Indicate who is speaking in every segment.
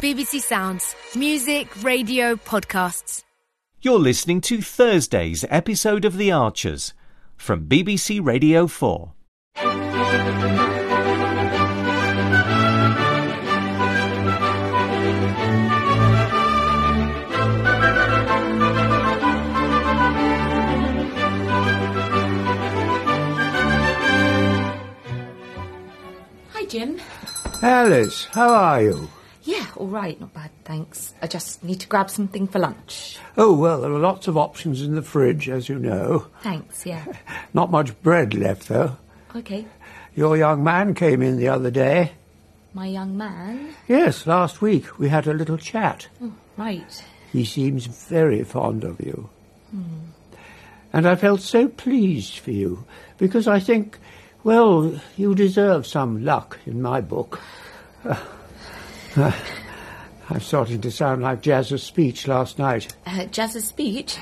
Speaker 1: BBC Sounds, music, radio, podcasts.
Speaker 2: You're listening to Thursday's episode of The Archers from BBC Radio 4.
Speaker 3: Hi, Jim.
Speaker 4: Alice, how are you?
Speaker 3: Yeah, all right, not bad, thanks. I just need to grab something for lunch.
Speaker 4: Oh, well, there are lots of options in the fridge, as you know.
Speaker 3: Thanks, yeah.
Speaker 4: Not much bread left, though.
Speaker 3: Okay,
Speaker 4: Your young man came in the other day.
Speaker 3: my young man.
Speaker 4: Yes, last week we had a little chat.
Speaker 3: Right.
Speaker 4: He seems very fond of you. Hmm. And I felt so pleased for you, because I think, well, you deserve some luck in my book. I'm starting to sound like Jazz's speech last night.
Speaker 3: Uh, Jazz's speech?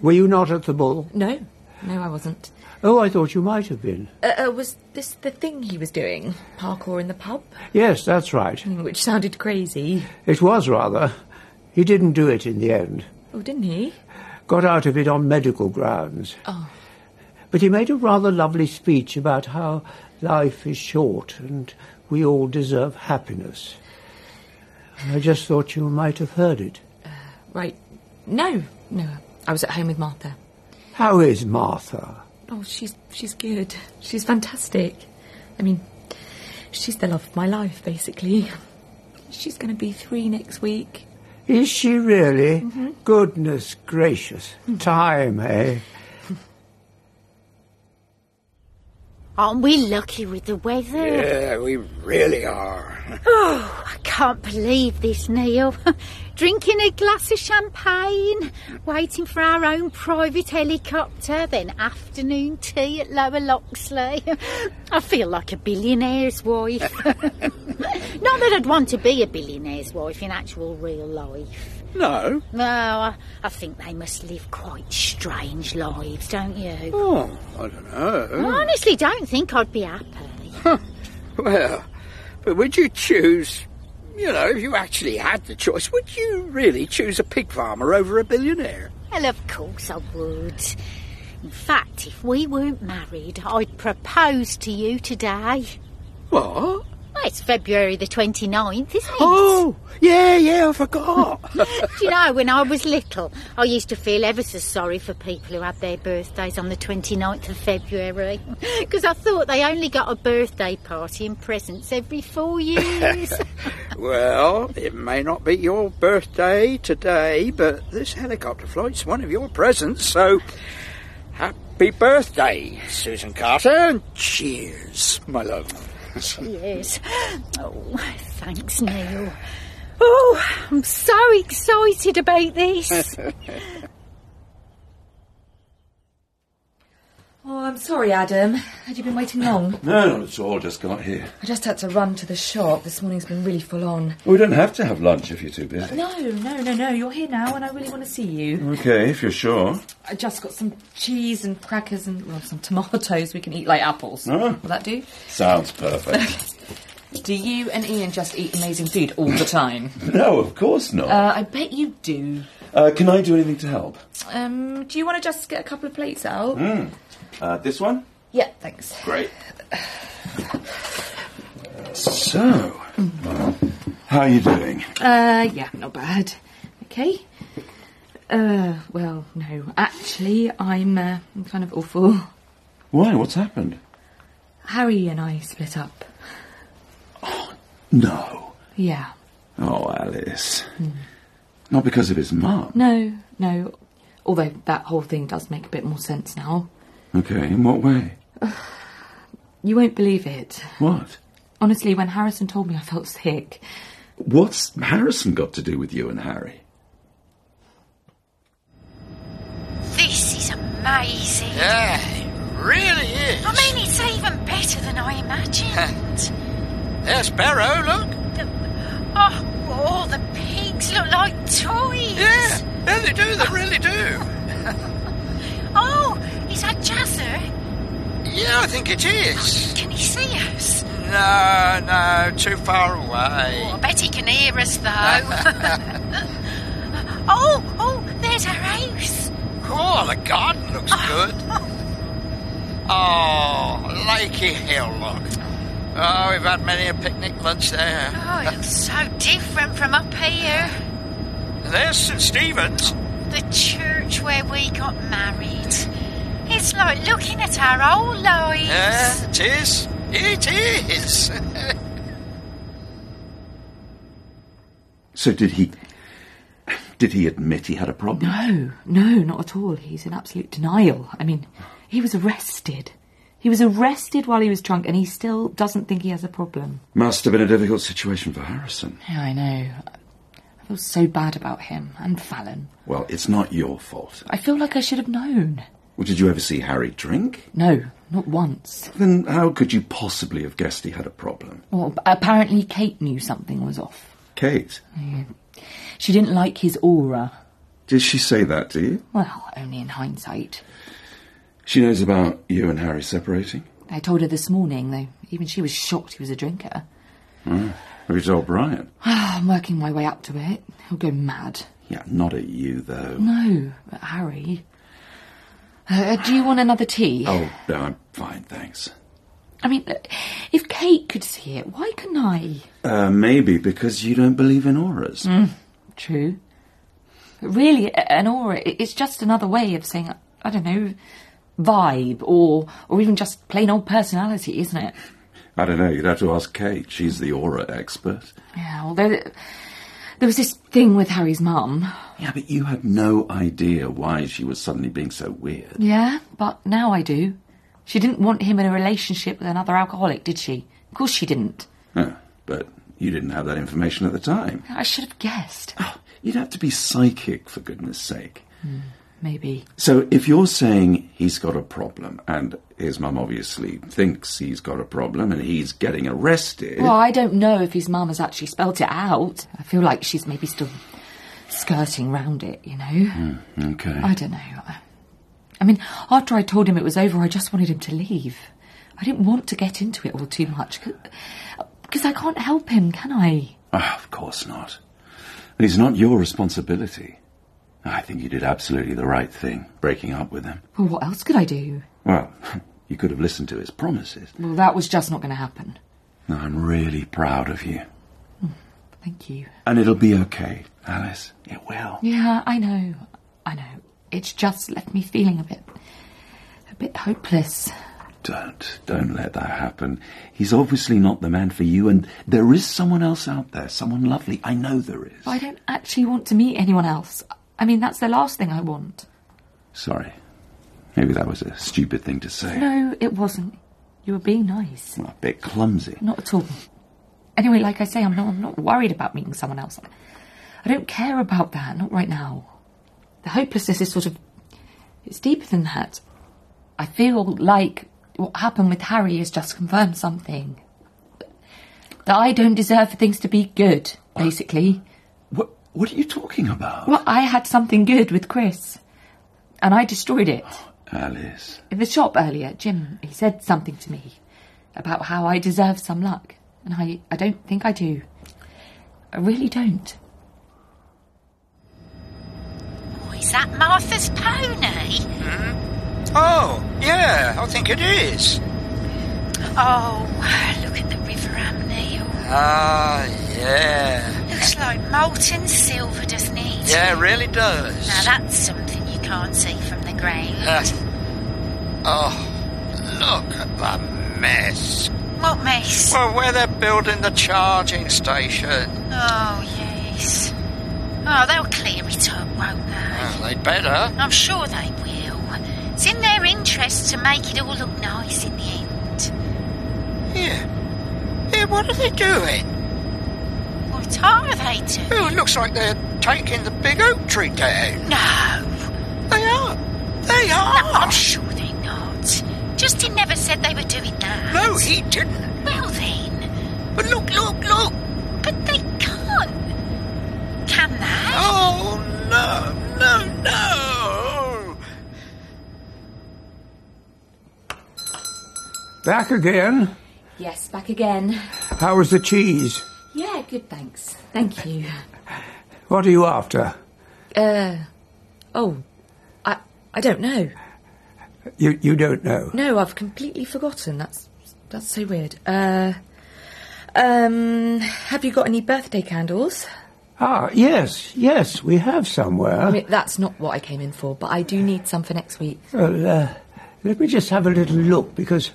Speaker 4: Were you not at the ball?
Speaker 3: No, no, I wasn't.
Speaker 4: Oh, I thought you might have been.
Speaker 3: Uh, uh, was this the thing he was doing? Parkour in the pub? Hmm,
Speaker 4: Yes, that's right.
Speaker 3: Which sounded crazy.
Speaker 4: It was rather. He didn't do it in the end.
Speaker 3: Oh, didn't he?
Speaker 4: Got out of it on medical grounds.
Speaker 3: Oh.
Speaker 4: But he made a rather lovely speech about how life is short and we all deserve happiness. I just thought you might have heard it.
Speaker 3: Right. No, no, I was at home with Martha.
Speaker 4: How is Martha?
Speaker 3: Oh, she's she's good. She's fantastic. I mean, she's the love of my life, basically. She's going to be three next week.
Speaker 4: Is she really? Goodness gracious. Time, eh?
Speaker 5: Aren't we lucky with the weather?
Speaker 6: Yeah, we really are.
Speaker 5: Oh, I can't believe this, Neil. Drinking a glass of champagne, waiting for our own private helicopter, then afternoon tea at Lower Loxley. I feel like a billionaire's wife. Not that I'd want to be a billionaire's wife in actual real life.
Speaker 6: No.
Speaker 5: No, I, I think they must live quite strange lives, don't you?
Speaker 6: Oh, I don't
Speaker 4: Mm.
Speaker 5: I
Speaker 6: know.
Speaker 5: honestly don't think I'd be happy.
Speaker 6: Well, but would you choose, you know, if you actually had the choice, would you really choose a pig farmer over a billionaire?
Speaker 5: Well, of course I would. In fact, if we weren't married, I'd propose to you today.
Speaker 6: What?
Speaker 5: Well, it's February the 29th, isn't it?
Speaker 6: Oh, yeah, yeah, I forgot.
Speaker 5: Do you know, when I was little, I used to feel ever so sorry for people who had their birthdays on the 29th of February. Because I thought they only got a birthday party and presents every four years.
Speaker 6: well, it may not be your birthday today, but this helicopter flight's one of your presents, so happy birthday, Susan Carter, and cheers, my love.
Speaker 5: Yes. Oh, thanks, Neil. Oh, I'm so excited about this.
Speaker 3: Oh, I'm sorry, Adam. Had you been waiting long?
Speaker 7: No, not at all. Just got here.
Speaker 3: I just had to run to the shop. This morning's been really full on.
Speaker 7: We don't have to have lunch if you're too busy.
Speaker 3: No, no, no, no. You're here now, and I really want to see you.
Speaker 7: Okay, if you're sure.
Speaker 3: I just got some cheese and crackers and well, some tomatoes. We can eat like apples.
Speaker 7: Oh.
Speaker 3: Will that do?
Speaker 7: Sounds perfect.
Speaker 3: Do you and Ian just eat amazing food all the time?
Speaker 7: no, of course not. Uh,
Speaker 3: uh, I bet you do.
Speaker 7: can I do anything to help?
Speaker 3: Um, do you want to just get a couple of plates out?
Speaker 7: Uh, this one?
Speaker 3: Yeah, thanks.
Speaker 7: Great. So, how are you doing?
Speaker 3: Uh, yeah, not bad. Okay. Uh, well, no, actually, I'm uh, I'm kind of awful.
Speaker 7: Why? What's happened?
Speaker 3: Harry and I split up.
Speaker 7: No.
Speaker 3: Yeah.
Speaker 7: Oh, Alice. Not because of his mum.
Speaker 3: No, no. Although that whole thing does make a bit more sense now.
Speaker 7: Okay, in what way?
Speaker 3: You won't believe it.
Speaker 7: What?
Speaker 3: Honestly, when Harrison told me I felt sick,
Speaker 7: What's Harrison got to do with you and Harry?
Speaker 5: This is amazing.
Speaker 6: Yeah, it really is.
Speaker 5: I mean, it's even better than I imagined.
Speaker 6: There's Barrow, look.
Speaker 5: The- oh, all the pigs look like toys.
Speaker 6: Yeah, yeah, they do, they really do.
Speaker 5: Oh, is that Jazzer?
Speaker 6: Yeah, I think it is.
Speaker 5: Can he see us? Oh,
Speaker 8: No, no, too far away.
Speaker 5: I bet he can hear us though. oh, oh, there's our house.
Speaker 8: Oh, the garden looks good. Oh, Lakey Hill, look. Oh, we've had many a picnic lunch there.
Speaker 5: Oh, it looks so different from up here.
Speaker 8: There's St. Stephen's.
Speaker 5: The church where we got married. It's like looking at our old lives.
Speaker 8: Yeah, it is. It is.
Speaker 7: So did he. Did he admit he had a problem?
Speaker 9: No, no, not at all. He's in absolute denial. I mean, he was arrested. He was arrested while he was drunk, and he still doesn't think he has a problem.
Speaker 7: Must have been a difficult situation for Harrison.
Speaker 3: Yeah, I know. I feel so bad about him and Fallon.
Speaker 7: Well, it's not your fault.
Speaker 3: I feel like I should have known.
Speaker 7: Well, did you ever see Harry drink?
Speaker 3: No, not once.
Speaker 7: Then how could you possibly have guessed he had a problem?
Speaker 3: Well, apparently Kate knew something was off.
Speaker 7: Kate,
Speaker 3: She didn't like his aura.
Speaker 7: did she say that to you?
Speaker 3: Well, only in hindsight.
Speaker 7: She knows about you and Harry separating?
Speaker 3: I told her this morning, though even she was shocked he was a drinker.
Speaker 7: Have you told Brian?
Speaker 3: I'm working my way up to it. He'll go mad.
Speaker 7: Yeah, not at you, though.
Speaker 3: No, but Harry. Uh, do you want another tea?
Speaker 7: Oh, no, I'm fine, thanks.
Speaker 3: I mean, uh, if Kate could see it, why couldn't I?
Speaker 7: Uh, maybe because you don't believe in auras.
Speaker 3: True. But really, a- an aura, i- it's just another way of saying, I don't know, vibe or, or even just plain old personality, isn't it?
Speaker 7: I don't know, you'd have to ask Kate. She's the aura expert.
Speaker 3: Yeah, although th- there was this thing with Harry's mum.
Speaker 7: Yeah, but you had no idea why she was suddenly being so weird.
Speaker 3: Yeah, but now I do. She didn't want him in a relationship with another alcoholic, did she? Of course she didn't.
Speaker 7: Oh, but you didn't have that information at the time.
Speaker 3: I should have guessed.
Speaker 7: You'd have to be psychic, for goodness sake.
Speaker 3: Maybe.
Speaker 7: So if you're saying he's got a problem, and his mum obviously thinks he's got a problem, and he's getting arrested.
Speaker 3: Well, I don't know if his mum has actually spelt it out. I feel like she's maybe still skirting round it, you know?
Speaker 7: Okay.
Speaker 3: I don't know. I, I mean, after I told him it was over, I just wanted him to leave. I didn't want to get into it all too much because I can't help him, can I?
Speaker 7: Ah, of course not. And it's not your responsibility. I think you did absolutely the right thing, breaking up with him.
Speaker 3: Well, what else could I do?
Speaker 7: Well, you could have listened to his promises.
Speaker 3: Well, that was just not going to happen.
Speaker 7: No, I'm really proud of you.
Speaker 3: Thank you.
Speaker 7: And it'll be okay, Alice. It will.
Speaker 3: Yeah, I know. I know. It's just left me feeling a bit. a bit hopeless.
Speaker 7: Don't, don't let that happen. He's obviously not the man for you, and there is someone else out there, someone lovely. I know there is.
Speaker 3: But I don't actually want to meet anyone else. I mean, that's the last thing I want.
Speaker 7: Sorry. Maybe that was a stupid thing to say.
Speaker 3: No, it wasn't. You were being nice.
Speaker 7: Well, a bit clumsy.
Speaker 3: Not at all. Anyway, like I say, I'm not, I'm not worried about meeting someone else. I don't care about that, not right now. The hopelessness is sort of. It's deeper than that. I feel like what happened with Harry has just confirmed something. That I don't deserve for things to be good, basically.
Speaker 7: What, what are you talking about?
Speaker 3: Well, I had something good with Chris. And I destroyed it.
Speaker 7: Alice.
Speaker 3: In the shop earlier, Jim, he said something to me about how I deserve some luck. And I, I don't think I do. I really don't.
Speaker 5: Oh, is that Martha's pony?
Speaker 8: Oh, yeah, I think it is.
Speaker 5: Oh, look at the River Amneel.
Speaker 8: Ah, yeah.
Speaker 5: Looks like molten silver, doesn't it?
Speaker 8: Yeah, it really does.
Speaker 5: Now that's something you can't see from the ground.
Speaker 8: Uh, oh, look at the mess.
Speaker 5: What mess?
Speaker 8: Well, where they're building the charging station.
Speaker 5: Oh, yes. Oh, they'll clear it up, won't they?
Speaker 8: Well, they'd better.
Speaker 5: I'm sure they will. It's in their interest to make it all look nice in the end.
Speaker 8: Yeah. Yeah, what are they doing?
Speaker 5: What are they doing?
Speaker 8: Oh, it looks like they're taking the big oak tree down.
Speaker 5: No,
Speaker 8: They are. They
Speaker 5: I'm
Speaker 8: are.
Speaker 5: sure they're not. Justin never said they were doing that.
Speaker 8: No, he didn't.
Speaker 5: Well then,
Speaker 8: But look, look, look.
Speaker 5: but they can't. Can they?
Speaker 8: Oh, no, no, no.
Speaker 4: Back again?
Speaker 3: Yes, back again.
Speaker 4: How was the cheese?
Speaker 3: Yeah, good, thanks. Thank you.
Speaker 4: What are you after?
Speaker 3: Oh, I I don't know.
Speaker 4: You, you don't know.
Speaker 3: No, I've completely forgotten. That's that's so weird. Uh, um, have you got any birthday candles?
Speaker 4: Ah, yes, yes, we have
Speaker 3: I
Speaker 4: somewhere.
Speaker 3: mean, that's not what I came in for, but I do need some for next week.
Speaker 4: Well, uh, let me just have a little look because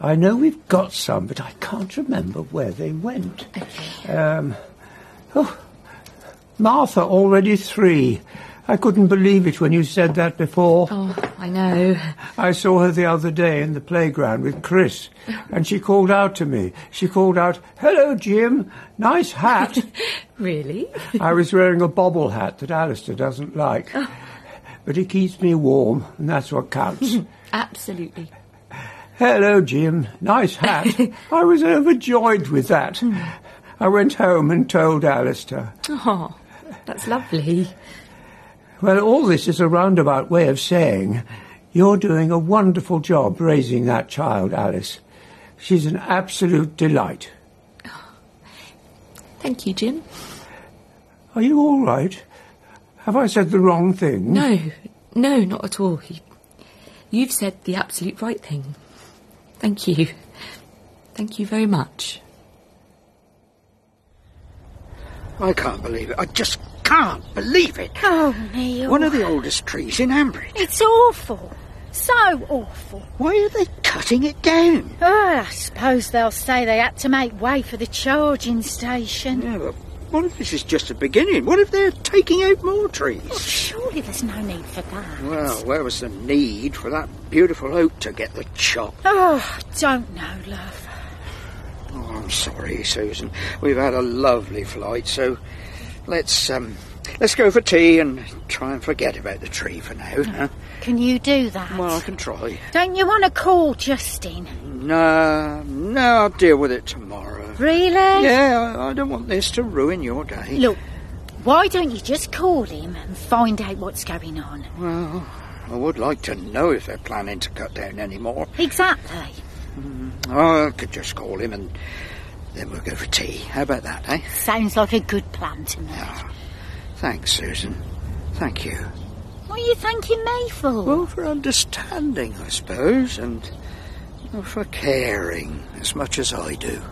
Speaker 4: I know we've got some, but I can't remember where they went.
Speaker 3: Okay.
Speaker 4: Um, oh, Martha already three. I couldn't believe it when you said that before.
Speaker 3: Oh, I know.
Speaker 4: I saw her the other day in the playground with Chris, and she called out to me. She called out, Hello, Jim, nice hat.
Speaker 3: Really?
Speaker 4: I was wearing a bobble hat that Alistair doesn't like, but it keeps me warm, and that's what counts.
Speaker 3: Absolutely.
Speaker 4: Hello, Jim. Nice hat. I was overjoyed with that. I went home and told Alistair.
Speaker 3: Oh, that's lovely.
Speaker 4: Well, all this is a roundabout way of saying you're doing a wonderful job raising that child, Alice. She's an absolute delight.
Speaker 3: Thank you, Jim.
Speaker 4: Are you all right? Have I said the wrong thing?
Speaker 3: No, no, not at all. You- You've said the absolute right thing. Thank you. Thank you very much.
Speaker 8: I can't believe it. I just can't believe it.
Speaker 5: Oh, Neil.
Speaker 8: One of the oldest trees in Ambridge.
Speaker 5: It's awful. So awful.
Speaker 8: Why are they cutting it down?
Speaker 5: Oh, I suppose they'll say they had to make way for the charging station.
Speaker 8: Yeah, but what if this is just the beginning? What if they're taking out more trees?
Speaker 5: Surely there's no need for that.
Speaker 8: Well, where was the need for that beautiful oak to get the chop?
Speaker 5: Oh, I don't know, love.
Speaker 8: Oh, I'm sorry, Susan. We've had a lovely flight, so let's um, let's go for tea and try and forget about the tree for now. huh?
Speaker 5: Can you do that?
Speaker 8: Well, I can try.
Speaker 5: Don't you want to call Justin?
Speaker 8: No, no, I'll deal with it tomorrow.
Speaker 5: Really?
Speaker 8: Yeah, I- I don't want this to ruin your day.
Speaker 5: Look, why don't you just call him and find out what's going on?
Speaker 8: Well, I would like to know if they're planning to cut down any more. Oh,
Speaker 5: Exactly.
Speaker 8: I could just call him and then we'll go for tea. How about that, eh?
Speaker 5: Sounds like a good plan to me.
Speaker 8: Thanks, Susan. Thank you.
Speaker 5: What are you thanking me for?
Speaker 8: Well, for understanding, I suppose, and for caring as much as I do.